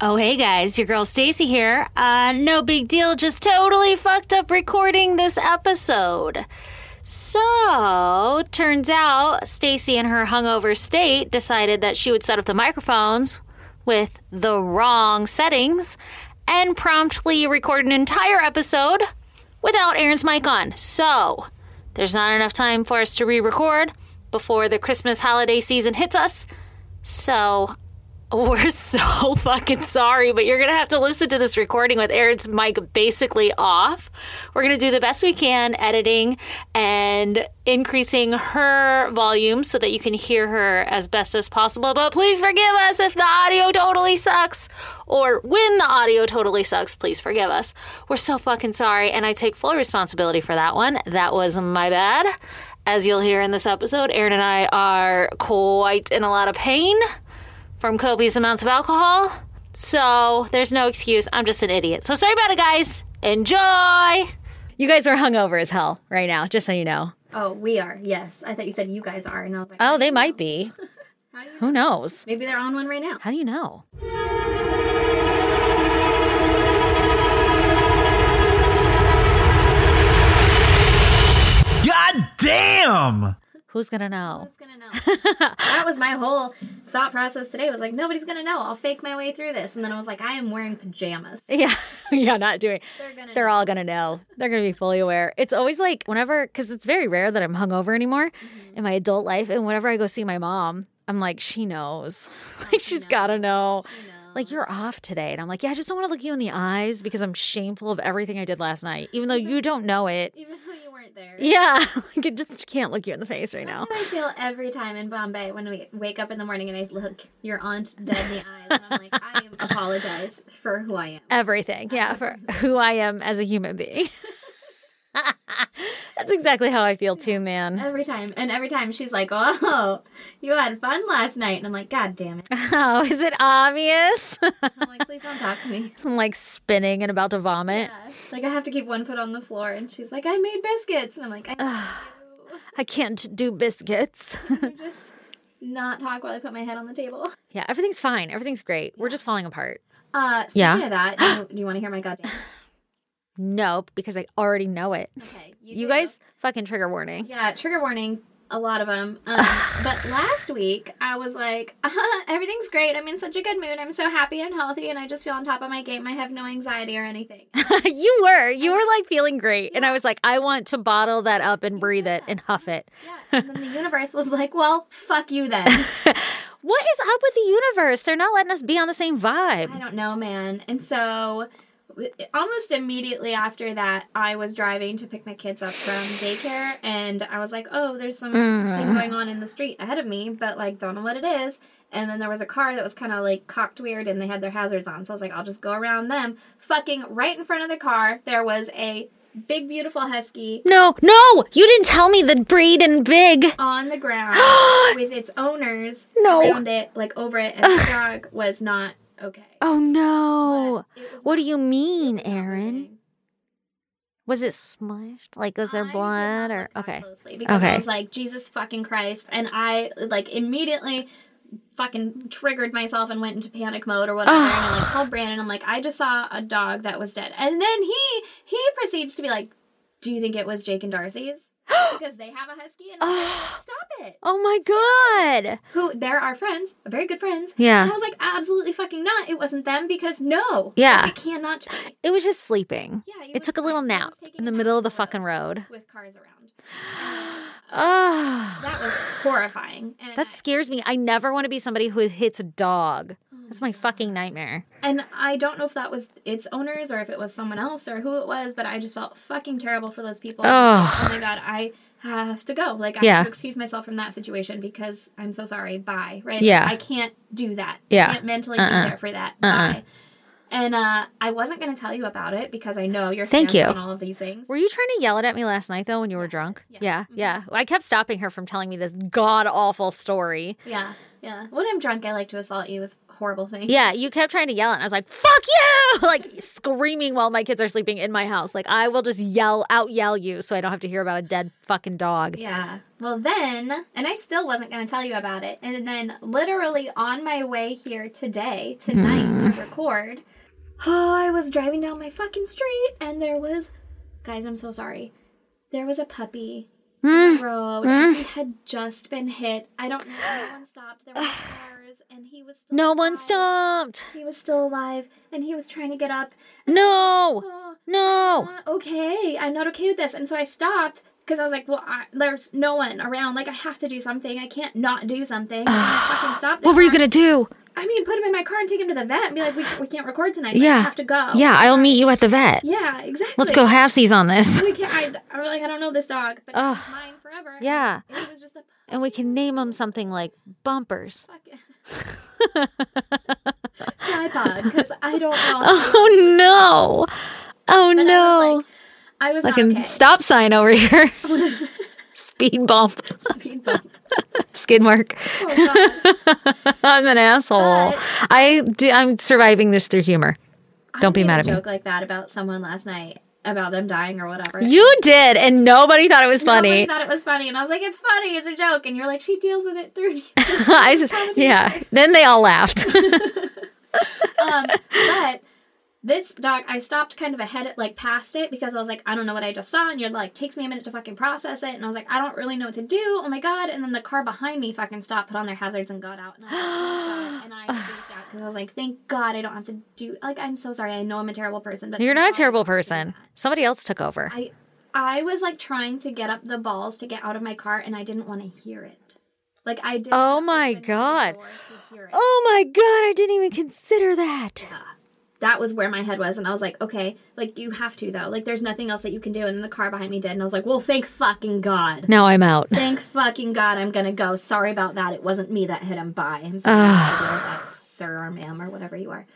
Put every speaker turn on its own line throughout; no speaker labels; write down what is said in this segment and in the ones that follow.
Oh, hey guys, your girl Stacy here. Uh, no big deal, just totally fucked up recording this episode. So, turns out Stacy in her hungover state decided that she would set up the microphones with the wrong settings and promptly record an entire episode without Aaron's mic on. So, there's not enough time for us to re record before the Christmas holiday season hits us. So, we're so fucking sorry, but you're going to have to listen to this recording with Aaron's mic basically off. We're going to do the best we can editing and increasing her volume so that you can hear her as best as possible. But please forgive us if the audio totally sucks, or when the audio totally sucks, please forgive us. We're so fucking sorry, and I take full responsibility for that one. That was my bad. As you'll hear in this episode, Aaron and I are quite in a lot of pain from copious amounts of alcohol. So there's no excuse. I'm just an idiot. So sorry about it, guys. Enjoy. You guys are hungover as hell right now, just so you know.
Oh, we are. Yes, I thought you said you guys are, and I was like,
Oh, they might be.
How do you
Who knows?
Maybe they're on one right now.
How do you know?
God damn!
Who's gonna know?
Nobody's gonna know. that was my whole thought process today. Was like, nobody's gonna know. I'll fake my way through this, and then I was like, I am wearing pajamas.
Yeah, yeah, not doing.
They're gonna.
They're all gonna know. They're gonna be fully aware. It's always like whenever, because it's very rare that I'm hungover anymore in my adult life. And whenever I go see my mom, I'm like, she knows. like she's gotta know.
know.
Like you're off today, and I'm like, yeah, I just don't want to look you in the eyes because I'm shameful of everything I did last night, even though you don't know it.
even though you weren't there.
Yeah, like I just can't look you in the face right now.
That's how I feel every time in Bombay when we wake up in the morning and I look your aunt dead in the eyes, and I'm like, I am apologize for who I am.
Everything, yeah, for who I am as a human being. That's exactly how I feel too, man.
Every time, and every time she's like, "Oh, you had fun last night," and I'm like, "God damn it!"
Oh, is it obvious?
I'm like, "Please don't talk to me."
I'm like spinning and about to vomit.
Yeah. Like I have to keep one foot on the floor, and she's like, "I made biscuits," and I'm like, "I
I can't do biscuits.
can just not talk while I put my head on the table."
yeah, everything's fine. Everything's great. We're just falling apart.
Uh, speaking
Yeah.
of that, do you, do you want to hear my goddamn?
Nope, because I already know it.
Okay,
You
do.
guys, fucking trigger warning.
Yeah, trigger warning. A lot of them. Um, but last week, I was like, everything's great. I'm in such a good mood. I'm so happy and healthy, and I just feel on top of my game. I have no anxiety or anything.
you were, you were like feeling great, and I was like, I want to bottle that up and breathe it and huff it.
Yeah. And then the universe was like, well, fuck you then.
What is up with the universe? They're not letting us be on the same
I
vibe.
don't know, man. And so w- almost immediately after that, I was driving to pick my kids up from daycare and I was like, "Oh, there's something going on in the street ahead of me, but like don't know what it is." And then there was a car that was kind of like cocked weird and they had their hazards on. So I was like, "I'll just go around them." Fucking right in front of the car, there was a big beautiful husky
No, no, you didn't tell me the breed and big.
on the ground with its owners
No.
around it like over it and the dog was not okay.
Oh no.
But it was-
What do you mean, Aaron? Was it smushed? Like, was there
I did
blood
not
or
look that
okay?
Closely because
Okay.
I was like Jesus fucking Christ, and I like immediately fucking triggered myself and went into panic mode or whatever. and I like told Brandon, I'm like, I just saw a dog that was dead, and then he he proceeds to be like, Do you think it was Jake and Darcy's? because they have a husky, and I was like, Stop it.
Oh my god!
Who they're our friends, very good friends.
Yeah.
And I was like, absolutely fucking not. It wasn't them because no.
Yeah.
It cannot be
It was just sleeping.
Yeah, he
it
was
took a little
sleeping. He was
nap
taking
in the
a nap
middle of the
on the road.
fucking road.
with cars around.
Oh,
That was horrifying. And
that scares me. I never want to be somebody who hits a dog. That's my
Mm-hmm.
fucking nightmare.
And I don't know if that was its owners or if it was someone else or who it was, but I just felt fucking terrible for those people.
Ugh.
Oh my god, I have to go. Like I
Yeah.
have to excuse myself from that situation because I'm so sorry. Bye. Right? Like,
Yeah.
I can't do that.
Yeah. Uh-uh.
I can't mentally be there for that. Bye. And uh, I wasn't going to tell you about it because I know you're
Thank
Thank you.
you.
on all of these things.
Were you trying to yell it at me last night though when you were drunk? Yeah, yeah.
Mm-hmm.
I kept stopping her from telling me this god awful story.
Yeah, yeah. When I'm drunk, I like to assault you with horrible things.
Yeah, you kept trying to yell, and I was like, "Fuck you!" like screaming while my kids are sleeping in my house. Like I will just yell out, yell you, so I don't have to hear about a dead fucking dog.
Yeah. Well, then, and I still wasn't going to tell you about it. And then, literally on my way here today, tonight,
Hmm.
to record, oh, I was driving down my fucking street and there was, guys, I'm so sorry. There was a puppy.
Hmm.
Road. He had just been hit. I don't know. No one stopped. There were cars, and he was still
No one
alive.
stopped.
He was still alive, and he was trying to get up.
No.
Oh,
No.
uh, okay, I'm not okay with this. And so I stopped because I was like, well, I, there's no one around. Like, I have to do something. I can't not do something. And I fucking stopped.
What were you gonna do?
I mean, put him in my car and take him to the vet and be like, we, we can't record tonight. Like,
Yeah.
I have to go.
Yeah, I'll meet you at the vet.
Yeah, exactly.
Let's go halfsies on this.
We can't, I, I'm like, I don't know this dog, but
Ugh.
it's mine forever.
Yeah.
And he was just a
And we can name them something like bumpers.
fucking tripod because I don't know.
Oh no. Oh
And I was
no.
like, I was
Like
not
a
okay.
stop sign over here. Speed bump.
Speed bump.
Skid mark.
Oh, God.
I'm an asshole.
But-
I do, I'm surviving this through humor. Don't be
made
mad
a
at me.
Joke like that about someone last night about them dying or whatever.
You did, and nobody thought it was
Nobody
funny.
thought it was funny, and I was like, "It's funny, it's a joke." And you're like, "She deals with it through."
I s- yeah. Then they all laughed.
um, but this dog, I stopped kind of ahead, like past it, because I was like, "I don't know what I just saw," and you're like, "Takes me a minute to fucking process it," and I was like, "I don't really know what to do." Oh my god! And then the car behind me fucking stopped, put on their hazards, and got out. And I, was like, "Oh my God," and I freaked out because I was like, "Thank God I don't have to do." Like, I'm so sorry. I know I'm a terrible person, but
You're not a terrible
terrible.
person. Somebody else took over.
I I was like trying to get up the balls to get out of my car and I didn't want to hear it. Like I did
Oh my God. Oh my god, I didn't even consider that.
That was where my head was and I was like, okay, like you have to though. Like there's nothing else that you can do and then the car behind me did and I was like, "Well, thank fucking God."
Now I'm out.
thank fucking God I'm going to go. Sorry about that. It wasn't me that hit him. Bye. I'm sorry. about that, sir or ma'am or whatever you are.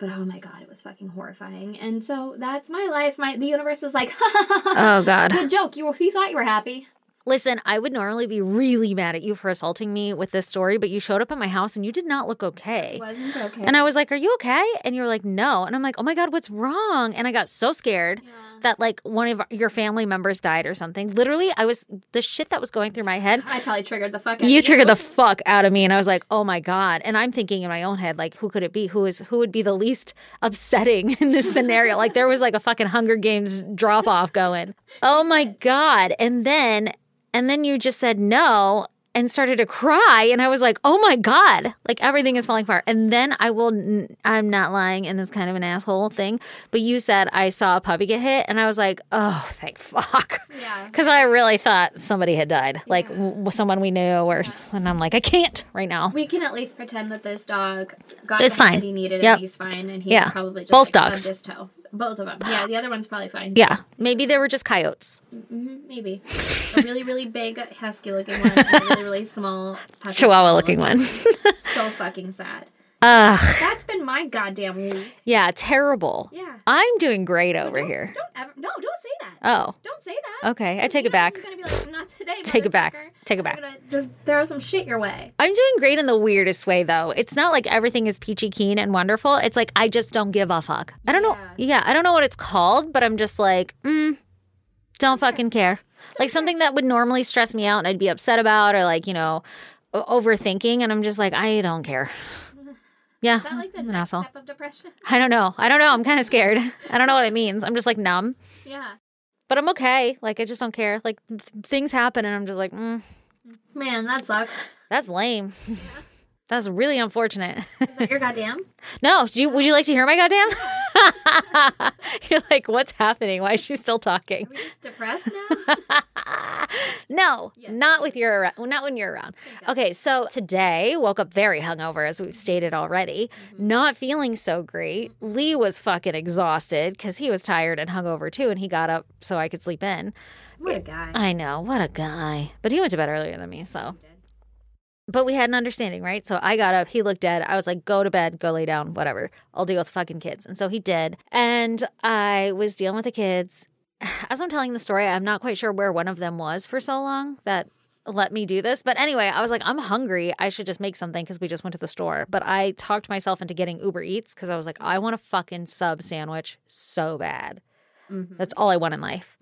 But oh my God, it was fucking horrifying. And so that's my life. My the universe is like, ha ha ha, ha.
Oh god.
Good joke. You, were- you thought you were happy.
Listen, I would normally be really mad at you for assaulting me with this story, but you showed up at my house and you did not look okay.
Wasn't okay.
And I was like, "Are you okay?" And you were like, "No." And I'm like, "Oh my god, what's wrong?" And I got so scared that like one of your family members died or something. Literally, I was the shit that was going through my head.
I probably triggered the fuck out of
You triggered the fuck out of me, and I was like, "Oh my god!" And I'm thinking in my own head, like, who could it be? Who is who would be the least upsetting in this scenario? like, there was like a fucking Hunger Games drop off going. Oh my god! And then and then you just said no and started to cry, and I was like, "Oh my god!" Like everything is falling apart. And then I will, n- I'm not lying, and this kind of an asshole thing, but you said I saw a puppy get hit, and I was like, "Oh, thank fuck."
Yeah.
Because I really thought somebody had died, like w- w- someone we knew, or s and I'm like, I can't right now.
We can at least pretend that this dog got
It's
the help
fine.
that he needed
Yep.
and he's fine and he
Yeah.
probably just
Both
like,
dogs.
stubbed his toe. Both of them. Yeah, the other one's probably fine.
Yeah, maybe there were just coyotes,
Mhm, maybe a really really big husky looking one, and a really really small puppy.
chihuahua looking one.
So fucking sad.
Ugh,
That's been my goddamn week.
yeah, terrible.
Yeah.
I'm doing great over here.
Don't ever. No, don't say that.
Oh,
don't say that.
okay, I take
You
it
know this
back.
is gonna be like, "Not today,
Take it back.
motherfucker."
Take it
I'm
back.
gonna Just throw some shit your way.
I'm doing great in the weirdest way, though. It's not like everything is peachy keen and wonderful. It's like I just don't give a fuck. I don't know. Yeah, I don't know what it's called, but I'm just like, mm, don't fucking care. Like something that would normally stress me out and I'd be upset about, or like you know, o- overthinking, and I'm just like, I don't care. Yeah,
Is that like the
I'm an
next
asshole.
step of depression?
I don't know. I don't know. I'm kind of scared. I don't know what it means. I'm just like numb,
Yeah.
but I'm okay. Like I just don't care. Like th- things happen, and I'm just like, mm,
Man, that sucks.
that's lame. That's really unfortunate.
Is that your goddamn?
No, do you, would you like to hear my goddamn? You're like, what's happening? Why is she still talking?
Are we just depressed now?
no, not with your arou- not when you're around. Okay, so today woke up very hungover, as we've stated already. Not feeling so great. Lee was fucking exhausted because he was tired and hungover too, and he got up so I could sleep in.
what a guy.
I know, what a guy. But he went to bed earlier than me, so. But we had an understanding, right? So I got up, he looked dead. I was like, go to bed, go lay down, whatever. I'll deal with fucking kids. And so he did. And I was dealing with the kids. As I'm telling the story, I'm not quite sure where one of them was for so long that let me do this. But anyway, I was like, I'm hungry. I should just make something because we just went to the store. But I talked myself into getting Uber Eats because I was like, I want a fucking sub sandwich so bad. That's all I want in life.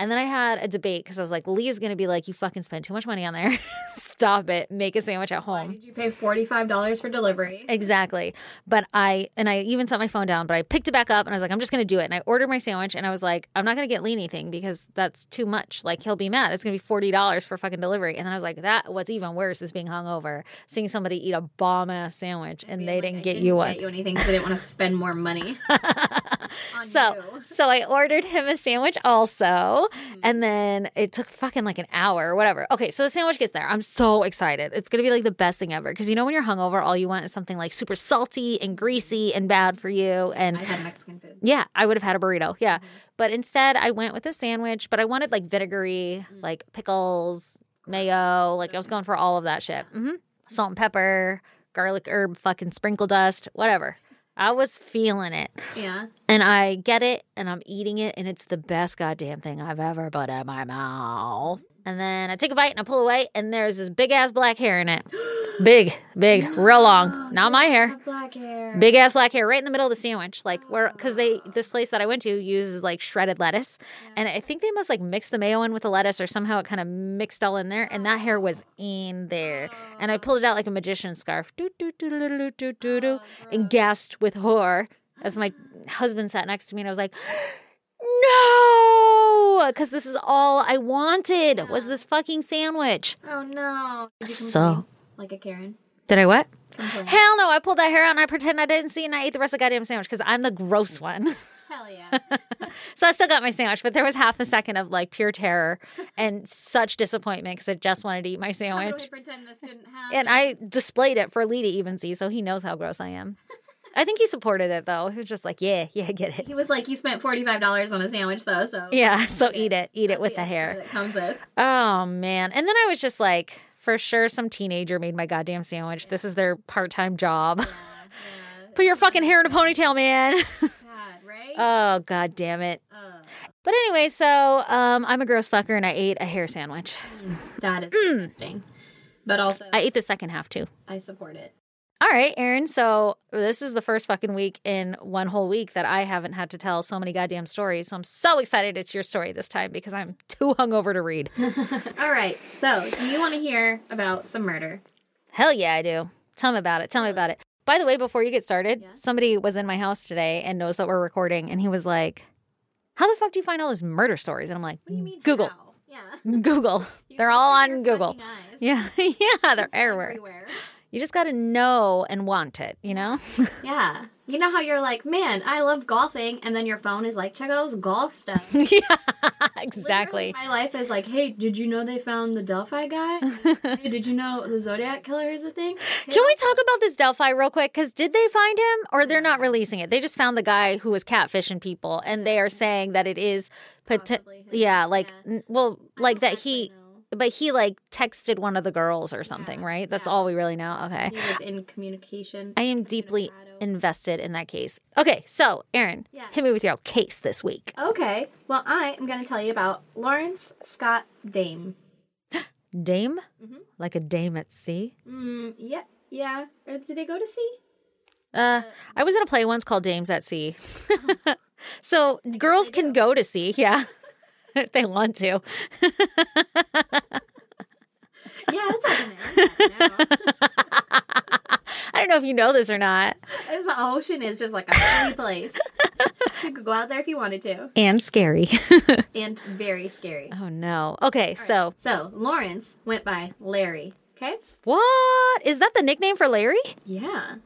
And then I had a debate because I was like, Leah's going to be like, you fucking spend too much money on there. Stop it. Make a sandwich at
Why
home.
did you pay $45 for delivery?
Exactly. But I, and I even set my phone down, but I picked it back up and I was like, I'm just going to do it. And I ordered my sandwich and I was like, I'm not going to get Lee anything because that's too much. Like, he'll be mad. It's going to be $40 for fucking delivery. And then I was like, that, what's even worse is being hungover, seeing somebody eat a bomb ass sandwich and they
Like,
didn't
I
get you one.
Get you anything? 'cause I didn't want to spend more money. on
So,
you.
so I ordered him a sandwich also, and then it took fucking like an hour or whatever. Okay, so the sandwich gets there. I'm so excited. It's gonna be like the best thing ever because you know when you're hungover, all you want is something like super salty and greasy and bad for you. And
I had Mexican food.
yeah, I would have had a burrito. Yeah, but instead I went with a sandwich. But I wanted like vinegary, like pickles, mayo. Like I was going for all of that shit. hmm Salt and pepper, garlic herb, fucking sprinkle dust, whatever. I was feeling it.
Yeah.
And I get it and I'm eating it and it's the best goddamn thing I've ever put in my mouth. And then I take a bite and I pull away and there's this big ass black hair in it. Big, big, real long. Not my hair.
Have Black hair.
Big ass black hair right in the middle of the sandwich. Like where cuz they this place that I went to uses like shredded lettuce and I think they must like mix the mayo in with the lettuce or somehow it kind of mixed all in there and that hair was in there. And I pulled it out like a magician's scarf. Doo doo doo doo doo doo doo doo and gasped with horror as my husband sat next to me and I was like, "No!" Because this is all I wanted was this fucking sandwich.
Oh no. Did you
So-
complain? like a Karen.
Did I what?
Complain.
Hell no! I pulled that hair out and I pretend I didn't see and I ate the rest of the goddamn sandwich because I'm the gross one.
Hell yeah.
so I still got my sandwich, but there was half a second of like pure terror and such disappointment because I just wanted to eat my
How do we
sandwich.
pretend this didn't happen?
And I displayed it for Lee to even see, so he knows how gross I am. I think he supported it though. He was just like, "Yeah, yeah, get it."
he was like, you spent $45 on a sandwich though, so.
Yeah, so eat it, eat it with the
extra
hair.
That comes with.
Oh man. And then I was just like, for sure some teenager made my goddamn sandwich. This is their part-time job. Put your fucking hair in a ponytail, man.
God, right?
oh god damn it.
Ugh.
But anyway, so um I'm a gross fucker and I ate a hair sandwich.
that is disgusting. But also,
mm. I
I,
ate the second half too.
support it.
All right, Aaron. So this is the first fucking week in one whole week that I haven't had to tell so many goddamn stories. So I'm so excited it's your story this time because I'm too hungover to read.
All right. So, do you want to hear about some murder?
Hell yeah, I do. Tell me about it. Tell me about it. By the way, before you get started, somebody was in my house today and knows that we're recording, and he was like, "How the fuck do you find all these murder stories?" And I'm like,
What do you mean?
Google,
how? Yeah.
Google.
You
They're all
open
on
your
Google.
fucking eyes.
Yeah, yeah, they're everywhere.
Everywhere.
You just got to know and want it, you know?
Yeah. You know how you're like, man, I love golfing, and then your phone is like, check out all this golf stuff.
yeah, exactly.
Literally, my life is like, hey, did you know they found the Delphi guy? hey, did you know the Zodiac killer is a thing? Hey,
Can we talk about this Delphi real quick? Because did they find him or they're not releasing it? They just found the guy who was catfishing people and they are saying that it is, pot-
Possibly him.
yeah, like, n- well, like that
actually
he,
know.
but he like texted one of the girls or something, right? That's all we really know. Okay.
He was in communication.
I am deeply
Colorado.
invested in that case. Okay. So, Aaron,
Yeah. Uh,
hit me with your case this week.
Okay, well, I am going to tell you about Lawrence Scott Dame.
Dame?
mm-hmm.
Like a dame at sea?
Mm, yeah, yeah. Or did they go to sea?
Uh, I was in a play once called Dames at Sea. so girls can go to sea, yeah, if they want to.
Yeah, that's all the name.
I don't know if you know this or not.
The ocean is just like a free place. You could go out there if you wanted to,
And scary.
and very scary.
oh no. Okay, so
So Lawrence went by Larry. Okay.
what is that the nickname for Larry?
Yeah.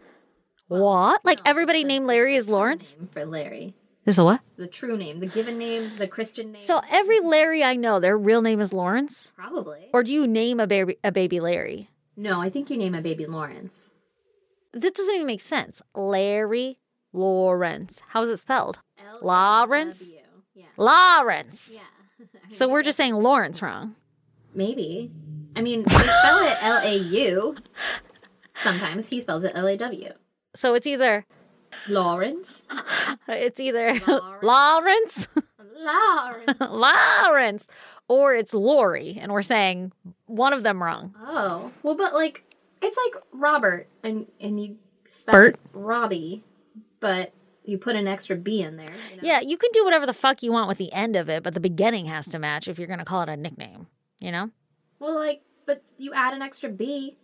what? Like everybody named Larry is Lawrence?
Name for Larry.
Is a what?
The true name, the given name, the Christian name.
So every Larry I know, their real name is Lawrence?
probably.
Or do you name a baby a baby Larry?
no, I think you name a baby Lawrence.
This doesn't even make sense. Larry Lawrence. How is it spelled?
L-
Lawrence?
W. Yeah.
Lawrence.
Yeah.
So we're just saying Lawrence wrong.
Maybe. I mean, they spell it L A U. Sometimes he spells it L A W.
So it's either
Lawrence.
it's either Lawrence,
Lawrence. Lawrence.
Lawrence, or it's Lori, and we're saying one of them wrong.
Oh well, but like it's like Robert, and and you spell
Bert?
it Robbie, but you put an extra B in there. you know?
Yeah, you can do whatever the fuck you want with the end of it, but the beginning has to match if you're going to call it a nickname, you know?
Well, like, but you add an extra B.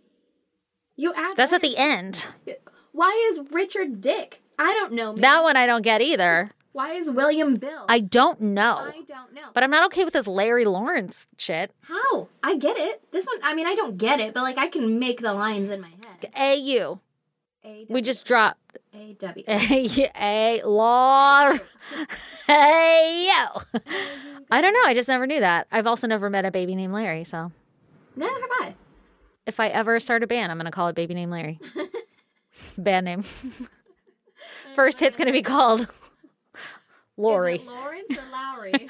You add.
That's at the end.
Why is Richard Dick? I don't know. man.
That one I don't get either.
Why is William Bill?
I don't know.
I don't know.
But I'm not okay with this Larry Lawrence shit.
How? I get it. This one, I mean, I don't get it, but like I can make the lines in my head.
AU.
A
We
W
just Eh. dropped
A W.
A, A Law. Hey, yo. I don't know. I just never knew that. I've also never met a baby named Larry, so
Neither have I.
if I ever start a band, I'm going to call it Baby Named Larry. band name. First hit's going to be called
Is
Lori.
it Lawrence or Lowry?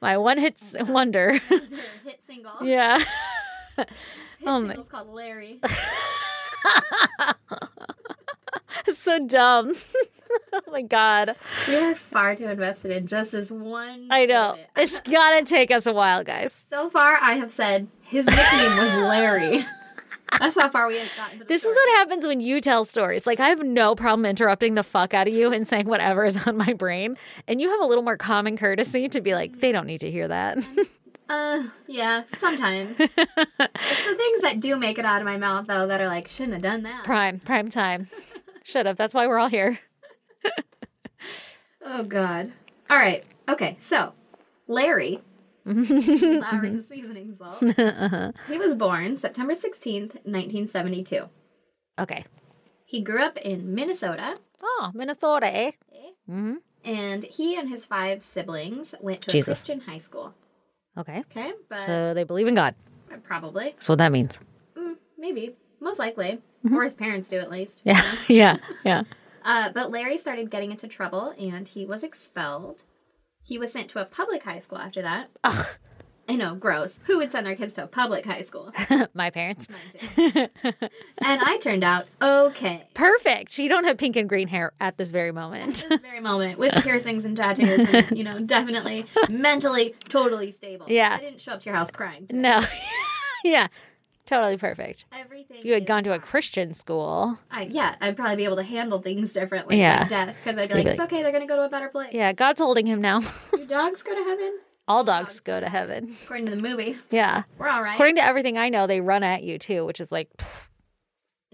My one hit wonder.
Is her hit single. Hit
yeah. Oh
single's called Larry.
so dumb. oh my God.
You're far too invested in just this one.
I know.
bit.
It's going to take us a while, guys.
So far, I have said his nickname was Larry. That's how far we have gotten. To the
This is
story.
what happens when you tell stories. Like, I have no problem interrupting the fuck out of you and saying whatever is on my brain. And you have a little more common courtesy to be like, they don't need to hear that.
Uh, yeah, sometimes. it's the things that do make it out of my mouth, though, that are like, shouldn't have done that.
prime, prime time. Should have. That's why we're all here.
Oh, God. All right. Okay, so Larry, Larry's seasoning salt,
Uh-huh.
he was born September 16th, 1972.
Okay.
He grew up in Minnesota,
Oh, Minnesota, eh?
and he and his five siblings went to
Jesus.
a Christian high school.
Okay.
Okay, but
So they believe in God.
probably,
That's what that means.
maybe, most likely, or his parents do at least.
Mm-hmm. Yeah. yeah. Yeah.
Uh, but Larry started getting into trouble and he was expelled. He was sent to a public high school after that. Ugh. I know, gross. Who would send their kids to a public high school?
my parents.
and I turned out okay.
Perfect. You don't have pink and green hair at this very moment.
At This very moment, with piercings and tattoos, and, you know, definitely mentally, totally stable.
Yeah.
I didn't show up to your house crying.
no. yeah. Totally perfect.
Everything.
If you had
is-
gone to a Christian school,
I, yeah, I'd probably be able to handle things differently.
Yeah.
Yeah. Death, because I'd be like,
be
it's
like-
okay. They're gonna go to a better place.
yeah, God's holding him now.
Your dogs go to heaven,
All dogs go to heaven.
according to the movie.
Yeah.
We're all right.
According to everything I know, they run at you too, which is like, pfft.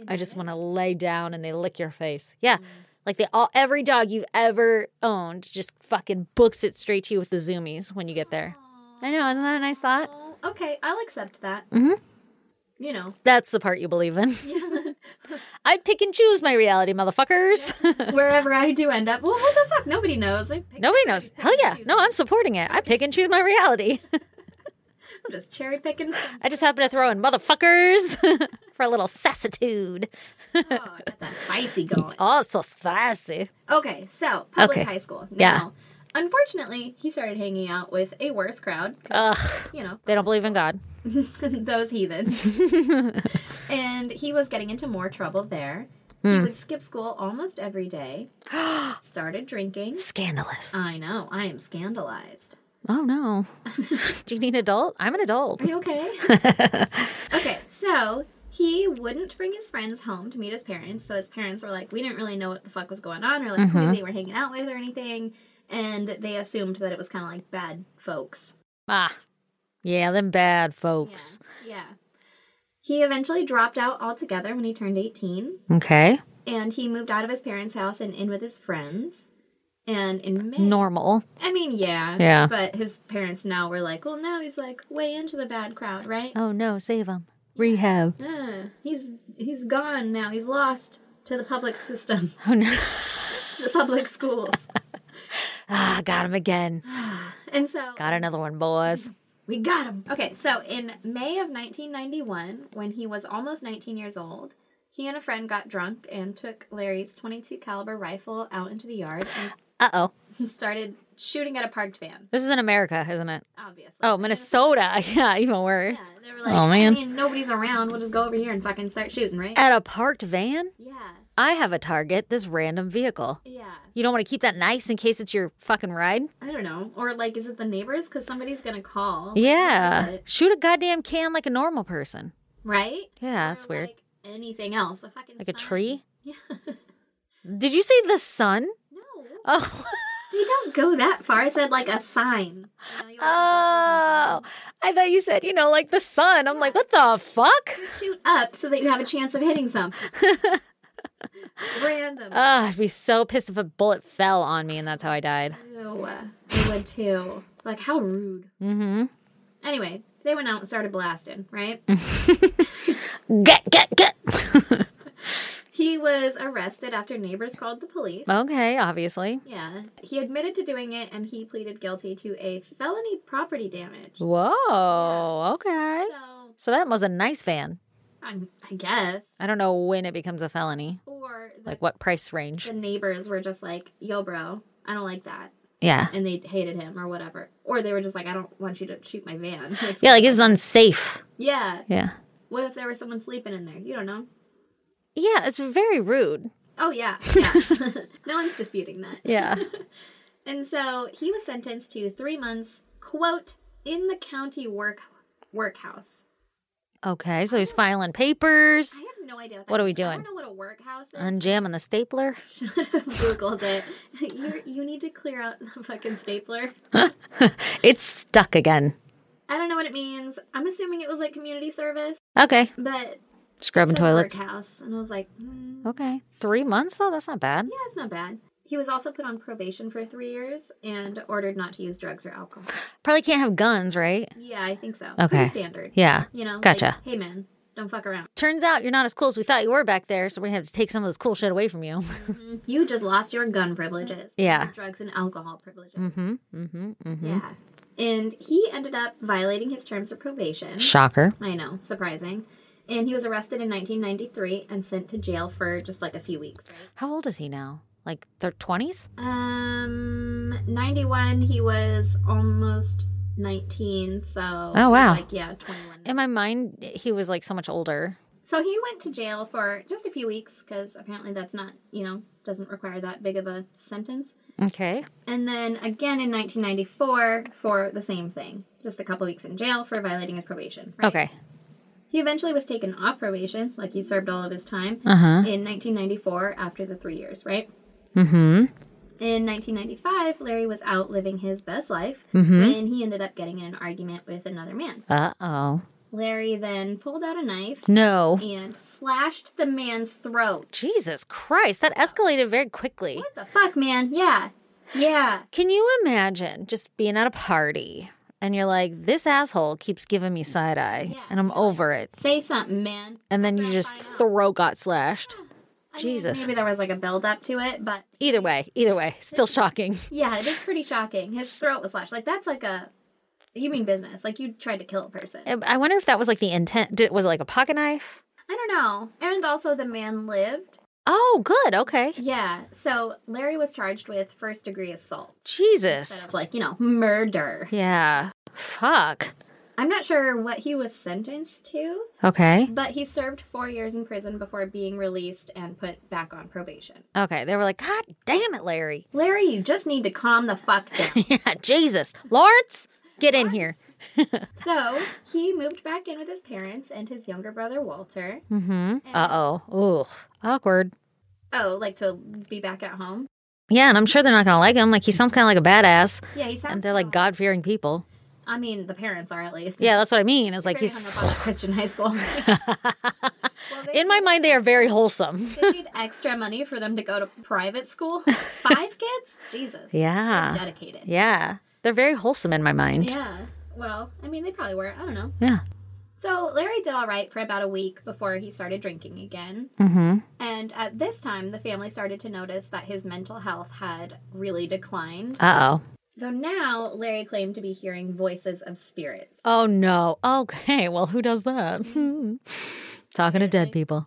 I just want to lay down and they lick your face. Yeah. Like they all, every dog you've ever owned just fucking books it straight to you with the zoomies when you get there. I know. Isn't that a nice thought?
Oh, okay, I'll accept that.
Mhm.
You know,
That's the part you believe in. I'd pick and choose my reality, motherfuckers.
wherever I do end up, well, what the fuck? Nobody knows. Like,
Nobody knows. Hell yeah. No, I'm supporting it. I pick and choose my reality.
I'm just cherry picking. From,
I just happen to throw in motherfuckers for a little sassitude.
oh, I got that spicy going.
Oh, so sassy.
Okay, so public
Okay.
high school. Now,
Yeah.
Unfortunately, he started hanging out with a worse crowd.
Ugh.
You know,
They don't believe in God.
those heathens. and he was getting into more trouble there.
Hmm.
He would skip school almost every day. started drinking.
Scandalous.
I know. I am scandalized.
Oh no. Do you need an adult? I'm an adult.
Are you okay? okay, so he wouldn't bring his friends home to meet his parents. So his parents were like, we didn't really know what the fuck was going on or like who they were hanging out with or anything. And they assumed that it was kind of like bad folks.
Ah. Yeah, them bad
Yeah.
folks.
Yeah. He eventually dropped out altogether when he turned 18.
Okay.
And he moved out of his parents' house and in with his friends. And in May.
Normal.
I mean, yeah.
Yeah.
But his parents now were like, well, now he's like way into the bad crowd, right?
Oh no, save them. Rehab.
Ah, he's he's gone now. He's lost to the public system,
Oh no.
the public schools,
Ah, got him again.
and so
Got another one, boys.
we got him. Okay, so in May of 1991, when he was almost 19 years old, he and a friend got drunk and took Larry's 22 caliber rifle out into the yard
Uh oh.
and started shooting at a parked van.
This is in America, isn't it?
Obviously.
Oh, Minnesota. Yeah, even worse.
Yeah, they were like,
Oh, man. Uh,
I mean, nobody's around. We'll just go over here and fucking start shooting, right?
At a parked van?
Yeah,
I have a target, this random vehicle.
yeah.
You don't want to keep that nice in case it's your fucking ride?
I don't know. Or like, is it the neighbors? Because somebody's gonna call. Like, this is
Yeah.
it.
Shoot a goddamn can like a normal person.
right?
Yeah, that's
or,
weird.
Like anything else, a fucking
Like a
sign.
tree?
Yeah.
Did you say the sun?
No,
Oh.
you don't go that far. I said like a sign. You know, you
Oh, I thought you said, you know, like the sun. I'm like, what the fuck?
shoot up so that you have a chance of hitting something. Random.
Ugh, I'd be so pissed if a bullet fell on me and that's how I died.
Ew, I would too. Like how rude.
Mm-hmm. Mm.
Anyway, they went out and started blasting. Right.
Get, get, get.
he was arrested after neighbors called the police.
okay, obviously.
Yeah, he admitted to doing it and he pleaded guilty to a felony property damage.
Whoa, okay.
So,
So that was a nice van.
I, I guess.
I don't know when it becomes a felony,
Or the,
like what price range.
the neighbors were just like, yo, bro, I don't like that.
Yeah.
And they hated him or whatever. Or they were just like, I don't want you to shoot my van.
Yeah, like this is unsafe.
yeah.
Yeah.
What if there was someone sleeping in there? You don't know.
Yeah, it's very rude.
Oh, yeah. Yeah. no one's disputing that.
Yeah.
And so he was sentenced to three months, quote, in the county work workhouse.
Okay, so he's filing papers,
I have no idea. What, that
What are we
means. I
doing?
don't know what a workhouse is.
unjamming the stapler.
Should have googled it. You you need to clear out the fucking stapler.
It's stuck again.
I don't know what it means. I'm assuming it was like community service,
Okay,
but
scrubbing
it's a
toilets.
workhouse. And I was like, hmm,
Okay, three months though? That's not bad.
yeah, it's not bad. He was also put on probation for three years and ordered not to use drugs or alcohol.
Probably can't have guns, right?
Yeah, I think so.
Okay.
Pretty standard.
Yeah.
You know, like,
Gotcha.
hey man, don't fuck around.
Turns out you're not as cool as we thought you were back there, so we have to take some of this cool shit away from you.
You just lost your gun privileges.
Yeah.
Your drugs and alcohol privileges.
mm-hmm. Mm-hmm. Mm-hmm.
Yeah. And he ended up violating his terms of probation.
Shocker.
I know, surprising. And he was arrested in 1993 and sent to jail for just like a few weeks, right?
How old is he now? Like their twenties?
Um, 91, he was almost 19, so.
Oh, wow.
Like, yeah, 21.
In my mind, he was like so much older.
So he went to jail for just a few weeks because apparently that's not, you know, doesn't require that big of a sentence.
Okay.
And then again in 1994 for the same thing, just a couple weeks in jail for violating his probation. right?
Okay.
He eventually was taken off probation, like he served all of his time.
Uh huh.
in 1994 after the three years, right?
Mm-hmm.
In 1995, Larry was out living his best life
Mm-hmm.
when he ended up getting in an argument with another man.
Uh oh.
Larry then pulled out a knife
No.
and slashed the man's throat.
Jesus Christ, that escalated very quickly.
What the fuck, man? Yeah. Yeah.
Can you imagine just being at a party and you're like, this asshole keeps giving me side eye
Yeah.
and I'm over it.
Say something, man.
And then you just throat got slashed.
I mean,
Jesus.
maybe there was like a build up to it, but
Either way, either way, still shocking.
yeah, it is pretty shocking. His throat was slashed. Like, that's like a. You mean business. Like, you tried to kill a person.
I Um, I wonder if that was like the intent. Did, was it like a pocket knife?
I don't know. And also, the man lived.
Oh, good. Okay.
Yeah. So Larry was charged with first degree assault.
Jesus.
Instead of like, you know, murder.
Yeah. Fuck.
I'm not sure what he was sentenced to,
Okay.
but he served four years in prison before being released and put back on probation.
Okay. They were like, God damn it, Larry.
Larry, you just need to calm the fuck down.
yeah. Jesus. Lawrence, get in here.
so he moved back in with his parents and his younger brother, Walter.
Mm hmm. Uh oh. Ooh. Awkward.
Oh, like to be back at home?
Yeah. And I'm sure they're not going to like him. Like, he sounds kind of like a badass.
Yeah, he sounds.
And they're like
kinda-
God fearing people.
I mean, the parents are at least.
Yeah. That's what I mean. It's like
Very
he's.
hung up on that Christian high school.
In my mind, they are very wholesome.
they need extra money for them to go to private school. Five kids? Jesus. They're
Yeah.
Dedicated.
Yeah. They're very wholesome in my mind.
Yeah. Well, I mean, they probably were. I don't know.
Yeah.
So Larry did all right for about a week before he started drinking again.
Mm-hmm.
And at this time, the family started to notice that his mental health had really declined.
Uh oh.
So now Larry claimed to be hearing voices of spirits.
Oh no. Okay. Well, who does that? Hmm. Talking to dead people.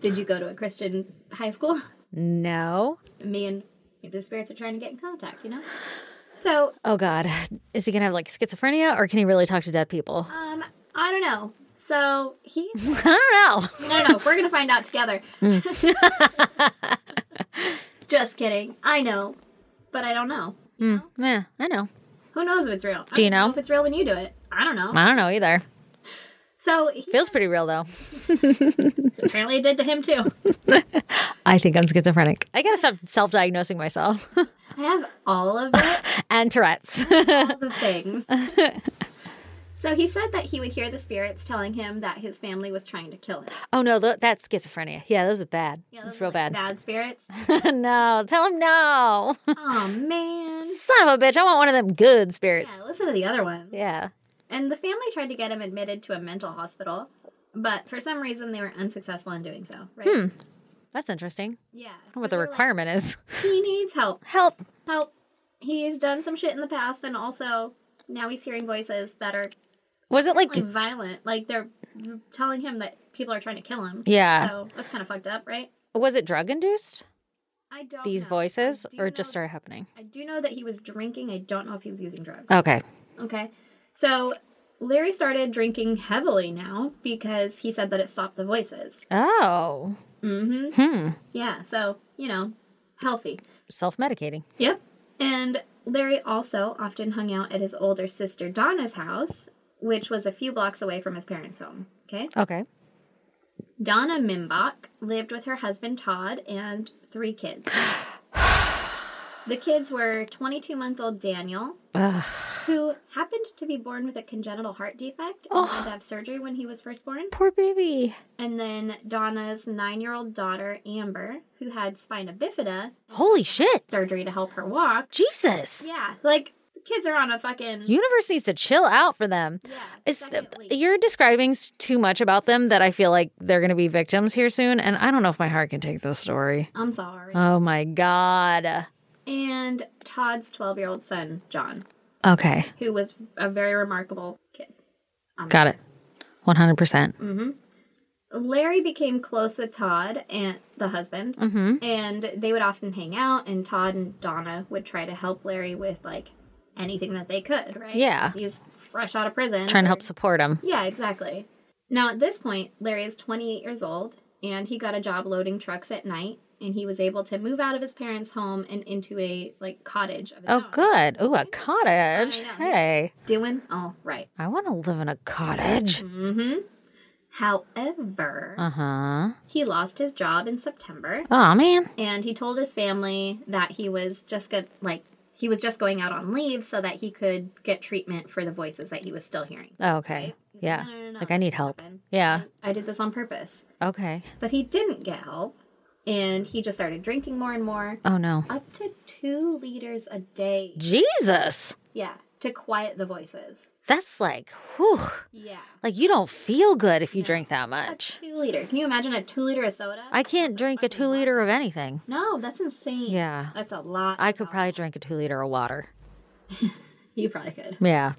Did you go to a Christian high school?
No.
Me and maybe the spirits are trying to get in contact, you know? So
Oh God. Is he gonna have like schizophrenia, or can he really talk to dead people?
Um, I don't know. So he, no,
I don't know.
no, no, we're gonna find out together.
Mm.
Just kidding. I know, but I don't know.
Mm, yeah, I know.
Who knows if it's real? I
Do you
don't
know?
if it's real when you do it? I don't know.
I don't know either.
So he
Feels pretty real though.
apparently it did to him too.
I think I'm schizophrenic. I gotta stop self diagnosing myself
I have all of it,
and Tourette's.
all the things. So he said that he would hear the spirits telling him that his family was trying to kill him.
oh no, tho- that's schizophrenia. Yeah, those are bad.
Yeah,
that's
those are,
real bad.
like, Bad spirits.
no, tell him no.
oh man.
Son of a bitch, I want one of them good
Yeah,
spirits.
listen to the other one.
Yeah.
And the family tried to get him admitted to a mental hospital, but for some reason they were unsuccessful in doing so.
Hmm.
Right?
That's interesting.
Yeah.
I wonder what the
They're like,
requirement is.
he needs help.
Help.
Help. He's done some shit in the past, and also now he's hearing voices that are
Was it like
like violent. Like they're telling him that people are trying to kill him.
Yeah.
So that's kind of fucked up, right?
was it drug induced?
I don't.
These
know.
voices
I do
or
know-
it just started happening?
I do know that he was drinking. I don't know if he was using drugs.
Okay.
Okay. So Larry started drinking heavily now because he said that it stopped the voices.
Oh.
Mm-hmm.
Hmm.
Yeah. So you know, healthy.
Self medicating.
Yep. And Larry also often hung out at his older sister Donna's house, which was a few blocks away from his parents' home. Okay.
Okay.
Donna Mimbach lived with her husband Todd and three kids. The kids were 22 month old Daniel,
Ugh.
who happened to be born with a congenital heart defect and had to have surgery when he was first born,
Poor baby.
and then Donna's nine year old daughter Amber, who had spina bifida
Holy shit.
surgery to help her walk.
Jesus.
Yeah, like the kids are on a fucking
Universe needs to chill out for them.
yeah.
It's,
second leap.
you're describing s- too much about them that I feel like they're going to be victims here soon. And I don't know if my heart can take this story.
I'm sorry.
Oh my God.
and Todd's 12 year old son John,
Okay.
who was a very remarkable kid. Um,
Got it. 100%. percent
Mm-hmm. Larry became close with Todd and the husband,
Mm-hmm.
and they would often hang out. And Todd and Donna would try to help Larry with like anything that they could, right?
Yeah.
he's fresh out of prison,
Trying to help support them.
Yeah, exactly. Now at this point, Larry is 28 years old, and he got a job loading trucks at night, and he was able to move out of his parents' home and into a like cottage. Of his
Oh,
own.
good. Oh, a cottage.
I know.
Hey,
Doing all right.
I want to live in a cottage.
However,
Uh huh.
he lost his job in September.
Oh, man.
and he told his family that he was just good like he was just going out on leave so that he could get treatment for the voices that he was still hearing
Oh, Okay. Yeah.
no, no, no,
Like, I need help.
happened.
Yeah.
i did this on purpose
Okay.
but he didn't get help and he just started drinking more and more
Oh, no.
up to two liters a day
Jesus.
yeah to quiet the voices
That's like, whew.
yeah
Like, you don't feel good if you drink that much.
two liter can you imagine a two liter of soda
I can't drink a two liter of anything.
no that's insane
Yeah.
that's a lot
I could probably drink a two liter of water.
you probably could
Yeah.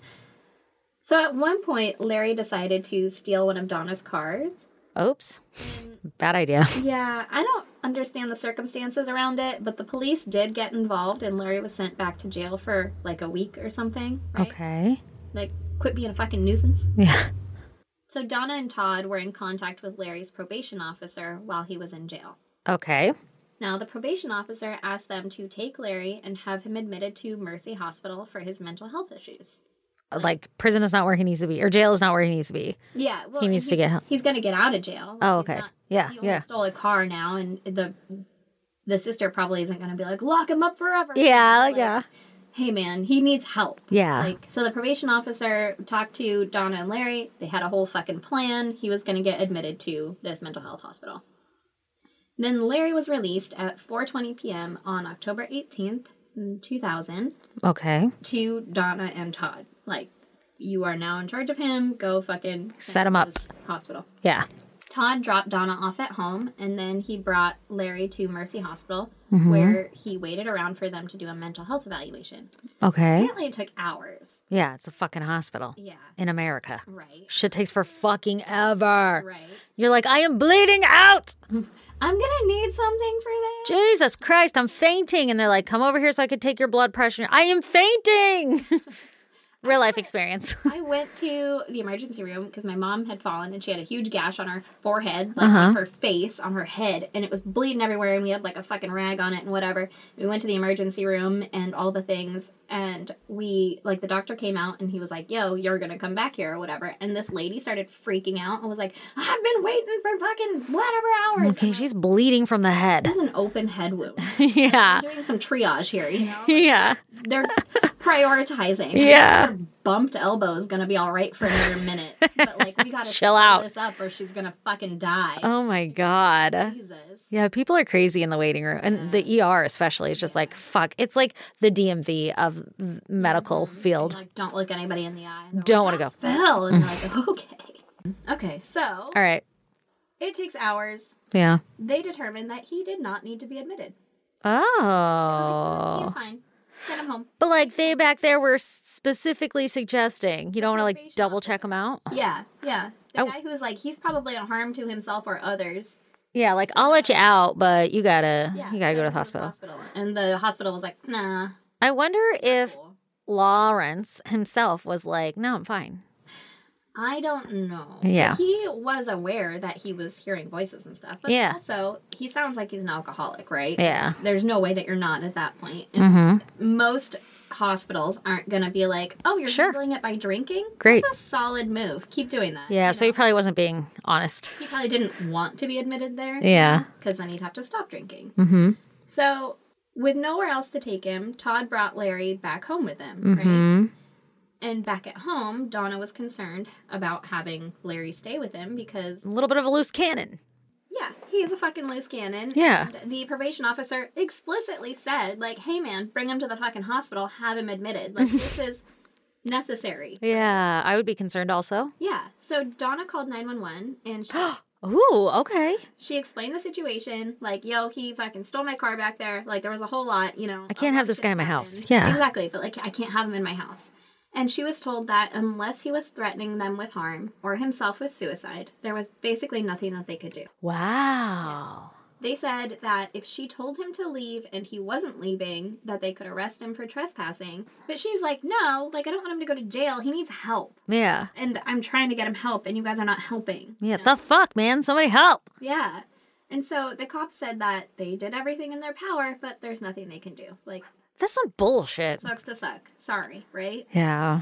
So at one point, Larry decided to steal one of Donna's cars.
Oops.
Mm.
Bad idea.
Yeah, I don't understand the circumstances around it, but the police did get involved, and Larry was sent back to jail for like a week or something. Right?
Okay.
Like, quit being a fucking nuisance.
Yeah.
So Donna and Todd were in contact with Larry's probation officer while he was in jail.
Okay.
Now, the probation officer asked them to take Larry and have him admitted to Mercy Hospital for his mental health issues.
Like, prison is not where he needs to be, or jail is not where he needs to be.
Yeah, well,
He needs
he's-
to get help.
He's gonna get out of jail. Like,
Oh,
he's
okay.
not-
Yeah,
he only
yeah.
Stole a car now, and the the sister probably isn't gonna be like, lock him up forever. Like, Hey, man, he needs help.
Yeah.
Like, so the probation officer talked to Donna and Larry. They had a whole fucking plan. He was gonna get admitted to this mental health hospital. Then Larry was released at 4:20 p.m. on October 18th, 2000,
Okay.
to Donna and Todd. Like, you are now in charge of him. Go fucking
Set him up.
to this Hospital.
Yeah.
Todd dropped Donna off at home and then he brought Larry to Mercy Hospital where he waited around for them to do a mental health evaluation.
Okay.
Apparently it took hours.
Yeah. It's a fucking hospital
Yeah.
in America.
Right.
Shit takes for fucking ever.
Right.
You're like, I am bleeding out.
I'm gonna need something for that.
Jesus Christ, I'm fainting. And they're like, come over here so I could take your blood pressure. I am fainting. Real life experience.
I went to the emergency room because my mom had fallen and she had a huge gash on her forehead,
Uh-huh.
like on her face, on her head, and it was bleeding everywhere. And we had like a fucking rag on it and whatever. We went to the emergency room and all the things, and we like the doctor came out and he was like, "Yo, you're gonna come back here or whatever." And this lady started freaking out and was like, "I've been waiting for fucking whatever hours."
Okay, she's bleeding from the head.
This is an open head wound.
yeah.
I'm doing some triage here, you know.
Yeah.
They're prioritizing.
Yeah.
bumped elbow is gonna be all right for another minute. But like, we gotta
Chill
settle
out.
this up, or she's gonna fucking die.
Oh my God.
Jesus.
Yeah, people are crazy in the waiting room and the ER especially is just like fuck. It's like the DMV of th- medical field.
Like, don't look anybody in the eye. And
Don't want to go.
fell, and you're like, okay, okay. So
All right.
it takes hours.
Yeah.
They determined that he did not need to be admitted.
Oh.
He's fine. Send him home.
But like they back there were specifically suggesting you don't want to like
Probation
double check them out.
Yeah, yeah. The
Oh.
guy who was like, he's probably a harm to himself or others.
Yeah, like I'll let you out, but you gotta
Yeah,
you gotta go
send
to
him
the hospital.
And the hospital was like, nah.
I wonder if
cool.
Lawrence himself was like, no, I'm fine.
I don't know.
Yeah.
He was aware that he was hearing voices and stuff. But
Yeah.
also, he sounds like he's an alcoholic, right?
Yeah. Mm.
There's no way that you're not at that point. And Most hospitals aren't going to be like, oh, you're
Sure.
handling it by drinking?
Great.
That's a solid move. Keep doing that.
Yeah, so he probably wasn't being honest.
He probably didn't want to be admitted there.
Yeah.
Because then he'd have to stop drinking.
Mm-hmm.
So, with nowhere else to take him, Todd brought Larry back home with him, right?
Mm-hmm.
And back at home, Donna was concerned about having Larry stay with him because
A little bit of a loose cannon.
Yeah, he's a fucking loose cannon.
Yeah.
And the probation officer explicitly said, like, hey man, bring him to the fucking hospital, have him admitted. Like, this is necessary.
Yeah, I would be concerned also.
Yeah. So Donna called 911 and she,
Ooh, okay.
she explained the situation. Like, yo, he fucking stole my car back there. Like, there was a whole lot, you know.
I can't
a lot
have this
shit
guy in my
happened.
house. Yeah.
Exactly. But, like, I can't have him in my house. And she was told that unless he was threatening them with harm or himself with suicide, there was basically nothing that they could do.
Wow.
They said that if she told him to leave and he wasn't leaving, that they could arrest him for trespassing. But she's like, no, like, I don't want him to go to jail. He needs help.
Yeah.
And I'm trying to get him help, and you guys are not helping.
Yeah, the fuck, man. Somebody help.
Yeah. And so the cops said that they did everything in their power, but there's nothing they can do. Like,
That's some bullshit.
sucks to suck. Sorry, right?
Yeah.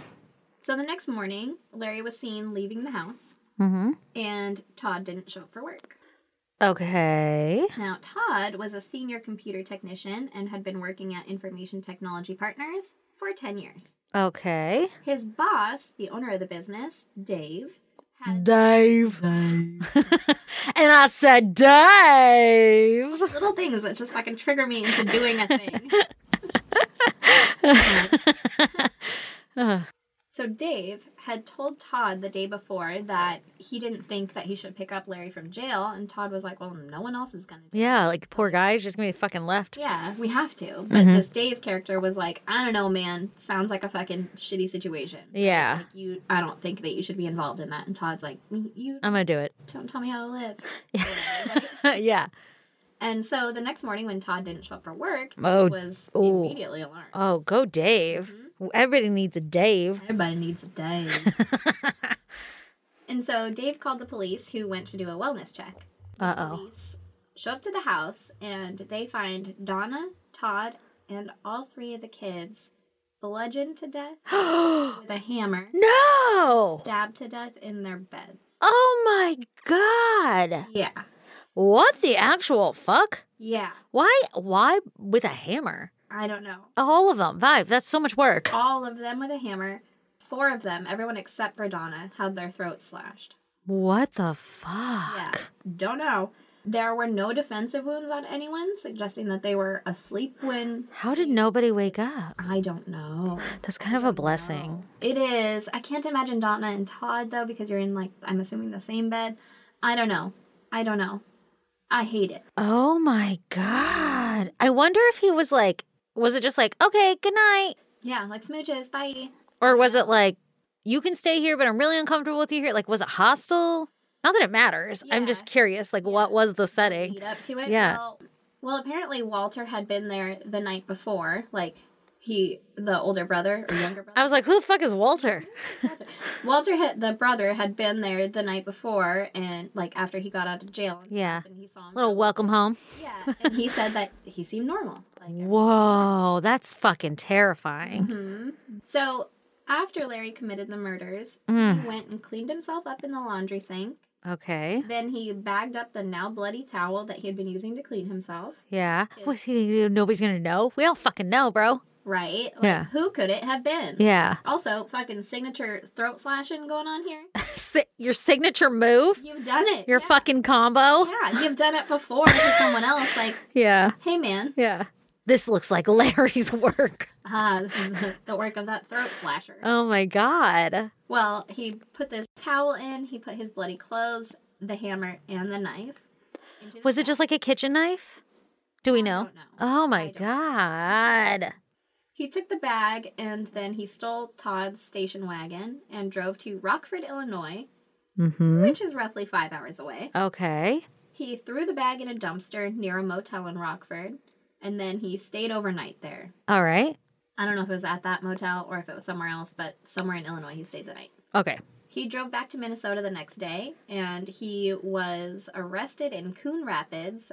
So the next morning, Larry was seen leaving the house,
Mm-hmm.
and Todd didn't show up for work.
Okay.
Now, Todd was a senior computer technician and had been working at Information Technology Partners for 10 years.
Okay.
His boss, the owner of the business, Dave, had
Dave. and I said, Dave.
little things that just fucking trigger me into doing a thing. so, Dave had told Todd the day before that he didn't think that he should pick up Larry from jail, and Todd was like, Well, no one else is going to do
Yeah, like poor guy's just gonna be fucking left.
Yeah, we have to. But
Mm-hmm.
this Dave character was like, I don't know, man. Sounds like a fucking shitty situation.
Yeah.
Like you, I don't think that you should be involved in that. And Todd's like, "You- you
I'm gonna do it.
don't tell me how to live.
yeah.
And so the next morning, when Todd didn't show up for work, he
Oh,
was
ooh.
immediately alarmed.
Oh, go Dave. Everybody needs a Dave.
Everybody needs a day. and so Dave called the police, who went to do a wellness check.
Uh oh.
Police show up to the house, and they find Donna, Todd, and all three of the kids bludgeoned to death with a hammer,
No!
stabbed to death in their beds.
Oh my god.
Yeah,
What the actual fuck?
yeah.
Why? Why with a hammer?
I don't know.
All of them. Five. That's so much work.
All of them with a hammer. Four of them, everyone except for Donna, had their throats slashed.
What the fuck?
Yeah. Don't know. There were no defensive wounds on anyone, suggesting that they were asleep when
How did nobody wake up?
I don't know.
That's kind of a blessing.
It is. I can't imagine Donna and Todd though, because you're in like I'm assuming the same bed. I don't know. I don't know. I hate it.
Oh my god. I wonder if he was like, was it just like, okay, good night?
Yeah, like smooches. Bye.
Or was it like, you can stay here, but I'm really uncomfortable with you here? Like, was it hostile? Not that it matters. I'm just curious, like, what was the setting?
Lead up to it.
Yeah.
Well, well, apparently Walter had been there the night before, like He, the older brother or younger brother.
I was like, who the fuck is Walter?
Walter.
Oh.
Walter had, the brother had been there the night before, and like after he got out of jail. and
Yeah.
stuff, and he saw him.
Little welcome home.
Yeah, and he said that he seemed normal. Like,
Whoa, that's fucking terrifying.
so after Larry committed the murders,
Mm.
he went and cleaned himself up in the laundry sink.
Mm-hmm. Okay.
Then he bagged up the now bloody towel that he had been using to clean himself.
Yeah. What's he gonna do? Nobody's gonna know. We all fucking know, bro.
Right? Like,
Yeah.
Who could it have been?
Yeah.
Also, fucking signature throat slashing going on here.
Si- your signature move?
You've done it.
Your fucking combo?
yeah, you've done it before to someone else. Like,
Yeah.
hey man,
Yeah. This looks like Larry's work.
ah, this is the, the work of that throat slasher.
Oh my God.
Well, he put this towel in, he put his bloody clothes, the hammer, and the knife.
Was it just like a kitchen knife? Do we know?
don't know.
Oh my God.
He took the bag and then he stole Todd's station wagon and drove to Rockford, Illinois,
Mm-hmm.
which is roughly five hours away.
Okay.
He threw the bag in a dumpster near a motel in Rockford, and then he stayed overnight there.
All right.
I don't know if it was at that motel or if it was somewhere else, but somewhere in Illinois he stayed the night.
Okay.
He drove back to Minnesota the next day, and he was arrested in Coon Rapids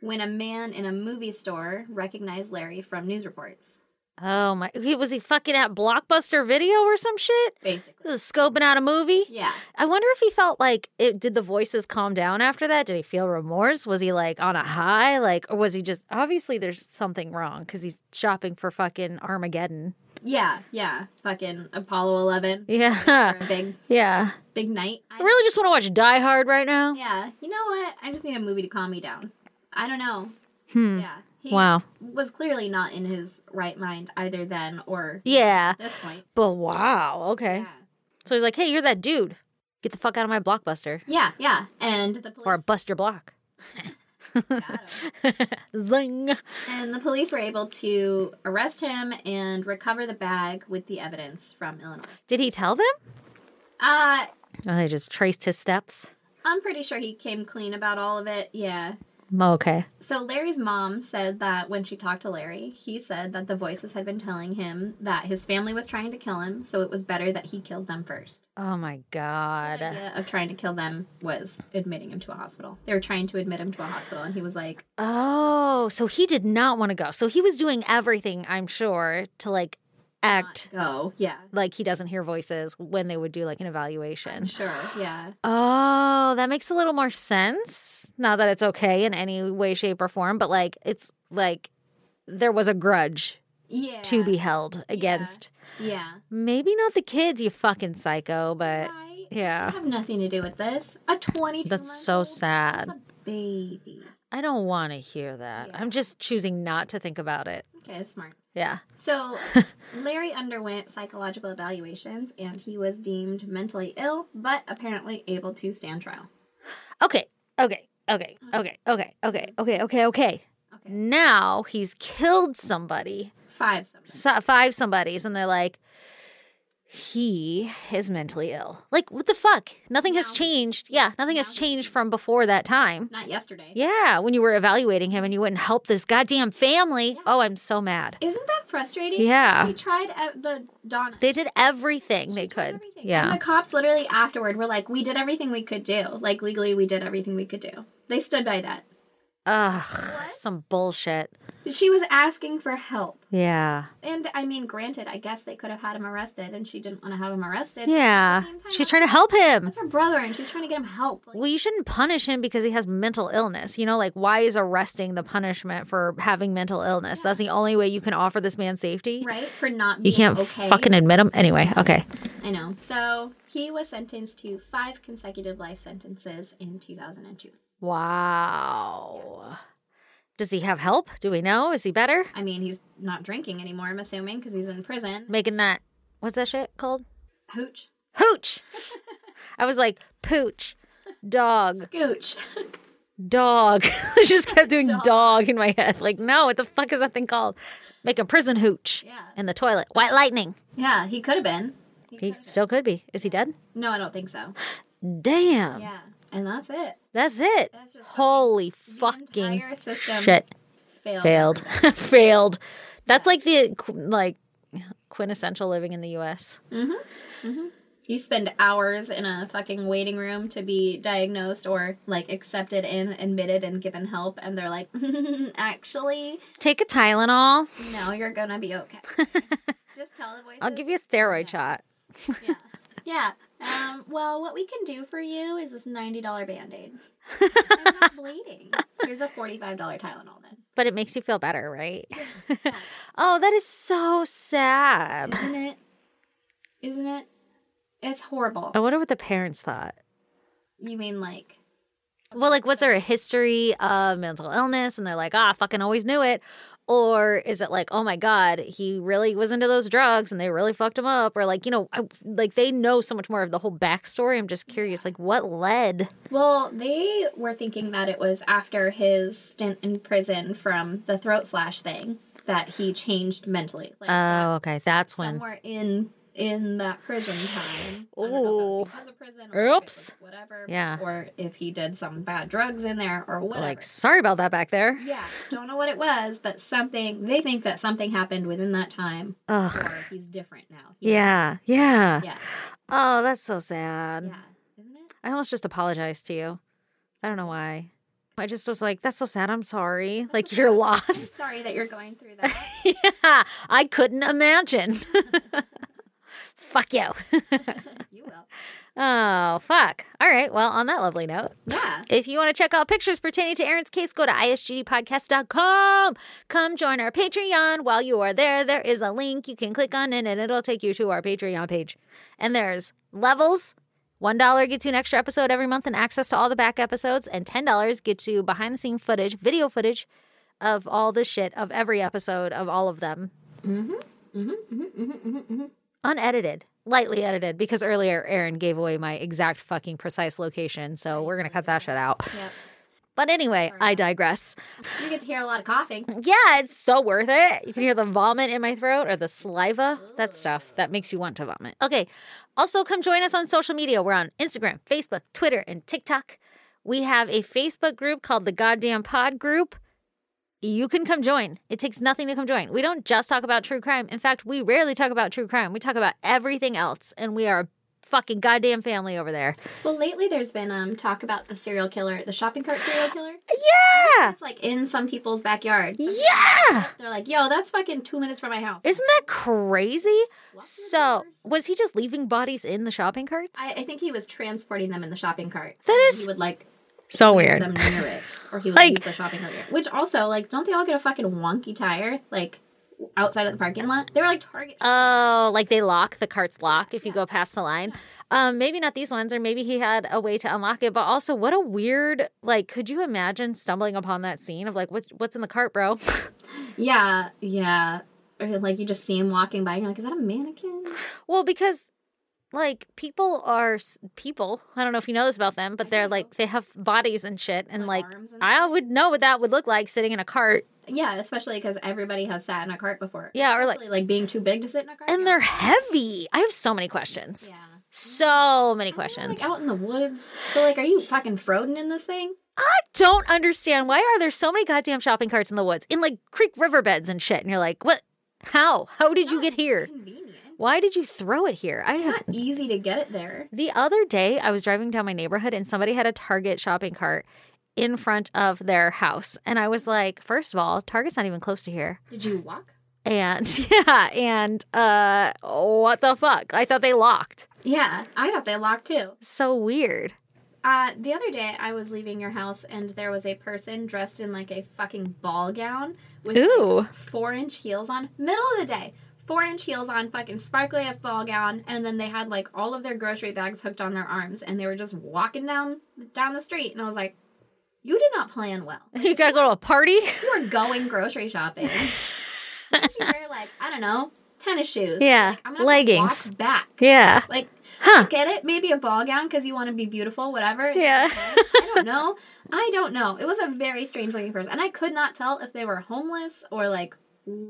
when a man in a movie store recognized Larry from news reports.
Oh my. He, was he fucking at Blockbuster Video or some shit?
Basically,
He was scoping out a movie?
yeah.
I wonder if he felt like it did the voices calm down after that? Did he feel remorse? Was he like on a high? Like, or was he just obviously there's something wrong because he's shopping for fucking Armageddon?
Yeah, yeah. Fucking Apollo 11.
Yeah.
For a big,
Yeah.
big night. I,
I really just want to watch Die Hard right now.
Yeah. You know what? I just need a movie to calm me down. I don't know. Yeah. He
Hmm. Wow.
was clearly not in his right mind either then or
Yeah.
at this point.
But wow. Okay.
Yeah.
So he's like, hey, you're that dude. Get the fuck out of my blockbuster
Yeah, yeah. And the
or I
police
bust your block.
got him.
Zing.
And the police were able to arrest him and recover the bag with the evidence from Illinois.
Did he tell them?
Uh,
Oh, they just traced his steps.
I'm pretty sure he came clean about all of it. Yeah.
Oh, Okay.
So Larry's mom said that when she talked to Larry, he said that the voices had been telling him that his family was trying to kill him, so it was better that he killed them first.
Oh my
The
God.
idea of trying to kill them was admitting him to a hospital. They were trying to admit him to a hospital, and he was like,
Oh, so he did not want to go. So he was doing everything, I'm sure, to like act
"Go, yeah,
like he doesn't hear voices when they would do like an evaluation.
sure, yeah,
Oh, that makes a little more sense. Not that it's okay in any way, shape, or form, but like it's like there was a grudge
yeah,
to be held against
yeah."
maybe not the kids, you fucking psycho, but
Right? I
yeah.
have nothing to do with this. A 22
That's
month
so
old
sad.
is a baby.
I don't want to hear that. I'm just choosing not to think about it.
Okay, smart.
Yeah.
So, Larry underwent psychological evaluations and he was deemed mentally ill, but apparently able to stand trial.
Okay, okay, okay, okay, okay, okay, okay, okay, okay.
Okay.
Now he's killed somebody,
Five something.
so- five somebodies, and they're like, he is mentally ill. Like, what the fuck? Nothing has changed. Yeah, nothing has changed from before that time.
Not yesterday.
Yeah, when you were evaluating him and you wouldn't help this goddamn family. Oh, I'm so mad.
Isn't that frustrating?
Yeah.
She tried at the Donna.
They did everything they could.
Everything. And
Yeah.
the cops literally afterward were like, we did everything we could do. Like, legally, we did everything we could do. They stood by that.
Ugh, some bullshit.
She was asking for help.
Yeah.
And I mean, granted, I guess they could have had him arrested and she didn't want to have him arrested.
Yeah. She's trying to help him.
It's her brother, and she's trying to get him help. Like,
Well, you shouldn't punish him because he has mental illness. You know, like why is arresting the punishment for having mental illness? That's the only way you can offer this man safety.
right? For not
You
being
can't
okay.
fucking admit him. Anyway, okay.
I know. So he was sentenced to five consecutive life sentences in 2002.
Wow. Does he have help? Do we know? Is he better?
I mean, he's not drinking anymore, I'm assuming, because he's in prison.
Making that, what's that shit called?
Hooch.
Hooch. I was like, pooch, dog,
Gooch.
dog. I just kept doing dog in my head. Like, no, what the fuck is that thing called? Making prison hooch
Yeah.
in the toilet. White lightning.
yeah, he could have been.
He still could be. Is he dead?
No, I don't think so.
Damn.
Yeah. And that's it.
That's it.
just
Holy
The
fucking
entire system
shit.
failed.
Failed. Failed. That's like the qu- like quintessential living in the U.S.
You spend hours in a fucking waiting room to be diagnosed or like accepted in, admitted, and given help, and they're like, actually,
Take a Tylenol.
no, you're gonna be okay. Just tell the voices.
I'll give you a steroid shot.
Yeah. yeah. Um, well, what we can do for you is this ninety dollar band aid. I'm not bleeding. Here's a forty five dollar Tylenol. Then
But it makes you feel better, right? oh, that is so sad.
isn't it? Isn't it? It's horrible.
I wonder what the parents thought.
You mean like
Well, like, was there a history of mental illness and they're like, ah, fucking always knew it? Or is it like, oh my God, he really was into those drugs and they really fucked him up? Or like, you know, I, like they know so much more of the whole backstory. I'm just curious, like, what led?
Well, they were thinking that it was after his stint in prison from the throat slash thing that he changed mentally. Like
Oh, okay. That's when.
somewhere in in that prison time. I don't know
Ooh.
if that was because of prison or if it was
Oops.
Whatever.
Yeah.
Or if he did some bad drugs in there or whatever.
Like, sorry about that back there.
yeah, don't know what it was, but something they think that something happened within that time.
Ugh.
Or he's different now. He-
Yeah. Yeah.
Yeah.
Oh, that's so sad.
Yeah. Isn't it?
I almost just apologized to you. I don't know why. I just was like, that's so sad. I'm sorry. Like, you're lost.
Sorry that you're going through that.
yeah, I couldn't imagine. fuck you.
you will.
oh, fuck. All right. Well, on that lovely note,
Yeah.
if you want to check out pictures pertaining to Aaron's case, go to isgdpodcast.com. Come join our Patreon. While you are there, there is a link you can click on it, and it'll take you to our Patreon page. And there's levels. $1 gets you an extra episode every month and access to all the back episodes, and $10 gets you behind the scene footage, video footage of all the shit of every episode of all of them. Unedited, lightly edited, because earlier Aaron gave away my exact fucking precise location, so we're gonna cut that shit out.
Yep.
But anyway, I digress.
You get to hear a lot of coughing.
Yeah, it's so worth it. You can hear the vomit in my throat or the saliva, that stuff that makes you want to vomit. Okay. Also, come join us on social media. We're on Instagram, Facebook, Twitter, and TikTok. We have a Facebook group called the Goddamn Pod Group. You can come join. It takes nothing to come join. We don't just talk about true crime. In fact, we rarely talk about true crime. We talk about everything else, and we are a fucking goddamn family over there.
Well, lately there's been um talk about the serial killer, the shopping cart serial killer.
Yeah.
It's like in some people's backyard.
Yeah.
They're like, "Yo, that's fucking two minutes from my house."
Isn't that crazy?
Walk through
So,
doors.
was he just leaving bodies in the shopping carts?
I, I think he was transporting them in the shopping cart.
That
And
is-
He would like
so
put them
weird.
near it, or he would
Like-
leave the shopping cart. near it. Which also, like, don't they all get a fucking wonky tire like outside of the parking lot? They were like Target.
Oh, like they lock the carts lock if you go past the line. Um, maybe not these ones, or maybe he had a way to unlock it. But also, what a weird like. Could you imagine stumbling upon that scene of like what's what's in the cart, bro?
yeah, yeah. Or like you just see him walking by, and you're like, "Is that a mannequin?"
well, because like people are s- people. I don't know if you know this about them, but they're like they have bodies and shit, and like,
Like arms and
I would know what that would look like sitting in a cart.
Yeah, especially because everybody has sat in a cart before.
Yeah, or, like-
Especially, like being too big to sit in a cart.
And
yeah.
they're heavy. I have so many questions.
yeah.
So many
Like
questions.
out in the woods. So like, are you fucking Froden in this thing?
I don't understand why are there so many goddamn shopping carts in the woods in like creek riverbeds and shit and you're like, "What? How? How did you get here?
Convenient.
Why did you throw it here?" I have
Not e easy to get it there.
The other day I was driving down my neighborhood and somebody had a Target shopping cart in front of their house and I was like, "First of all, Target's not even close to here."
Did you walk?
And yeah, and uh what the fuck? I thought they locked.
Yeah, I thought they locked too.
So weird.
Uh, the other day, I was leaving your house, and there was a person dressed in like a fucking ball gown with like,
Ooh.
four inch heels on. Middle of the day, four inch heels on, fucking sparkly ass ball gown, and then they had like all of their grocery bags hooked on their arms, and they were just walking down down the street, and I was like, "You did not plan well.
You got to go to a party?
You were going grocery shopping. Did you wear like I don't know tennis shoes?
Yeah,
like, I'm gonna Have
leggings.
to walk back.
Yeah.
Like,
Huh.
I get it? Maybe a ball gown because you want to be beautiful, whatever.
Yeah.
I don't know. I don't know. It was a very strange looking person, and I could not tell if they were homeless or like.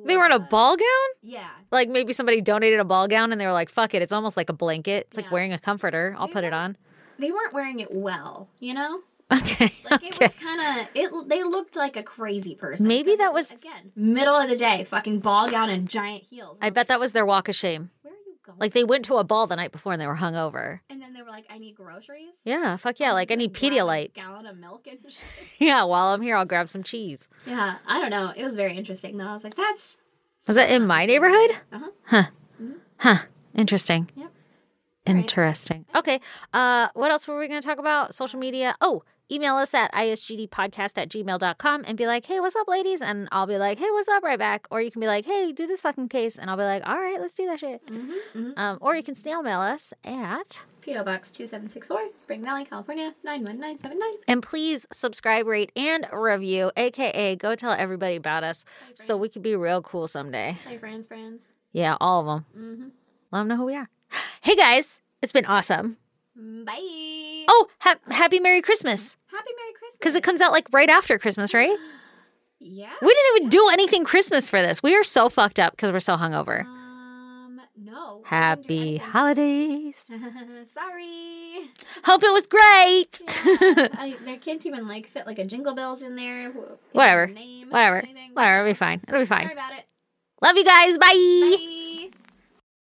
They were in a ball gown?
Yeah.
Like maybe somebody donated a ball gown and they were like, fuck it, it's almost like a blanket. It's like
Yeah.
wearing a comforter. I'll put it on.
They weren't wearing it well, you know?
Okay.
Like it was kind of it. They looked like a crazy person.
Maybe
'Cause
that
it
was-
again middle of the day, fucking ball gown and giant heels.
I bet that was their walk of shame.
Where are you going?
Like they went to a ball the night before and they were hungover.
and then they were like, "I need groceries."
Yeah, fuck yeah. Like I need
Grab a
Pedialyte.
gallon of milk and shit.
Yeah, while I'm here, I'll grab some cheese.
yeah, I don't know. It was very interesting though. I was like, "That's
Was that in my neighborhood?
uh-huh.
Huh. Interesting.
Yep.
Interesting. Okay. Uh, what else were we going to talk about? Social media. Oh, email us at isgdpodcast at gmail.com and be like, hey, what's up, ladies? And I'll be like, hey, what's up, right back? Or you can be like, hey, do this fucking case. And I'll be like, all right, let's do that shit.
Mm-hmm.
Um, or you can snail mail us at.
PO Box two seven six four, Spring Valley, California nine one nine seven nine.
And please subscribe, rate, and review, aka go tell everybody about us so we could be real cool someday.
Hey, friends, friends.
Yeah, all of them.
Mm-hmm.
Let them know who we are. Hey guys, it's been awesome.
Bye.
Oh, ha- happy Merry Christmas
Happy Merry Christmas.
because it comes out like right after Christmas, right?
yeah.
We didn't even do anything Christmas for this. We are so fucked up because we're so hungover.
Um. No. I didn't do
Happy
anything.
holidays.
Sorry.
Hope it was great.
I, there can't even like fit like a jingle bells in there. wh-
Whatever.
Name,
Whatever.
anything.
Whatever. It'll be fine. It'll be
Sorry
fine.
about it.
Love you guys. Bye.
Bye.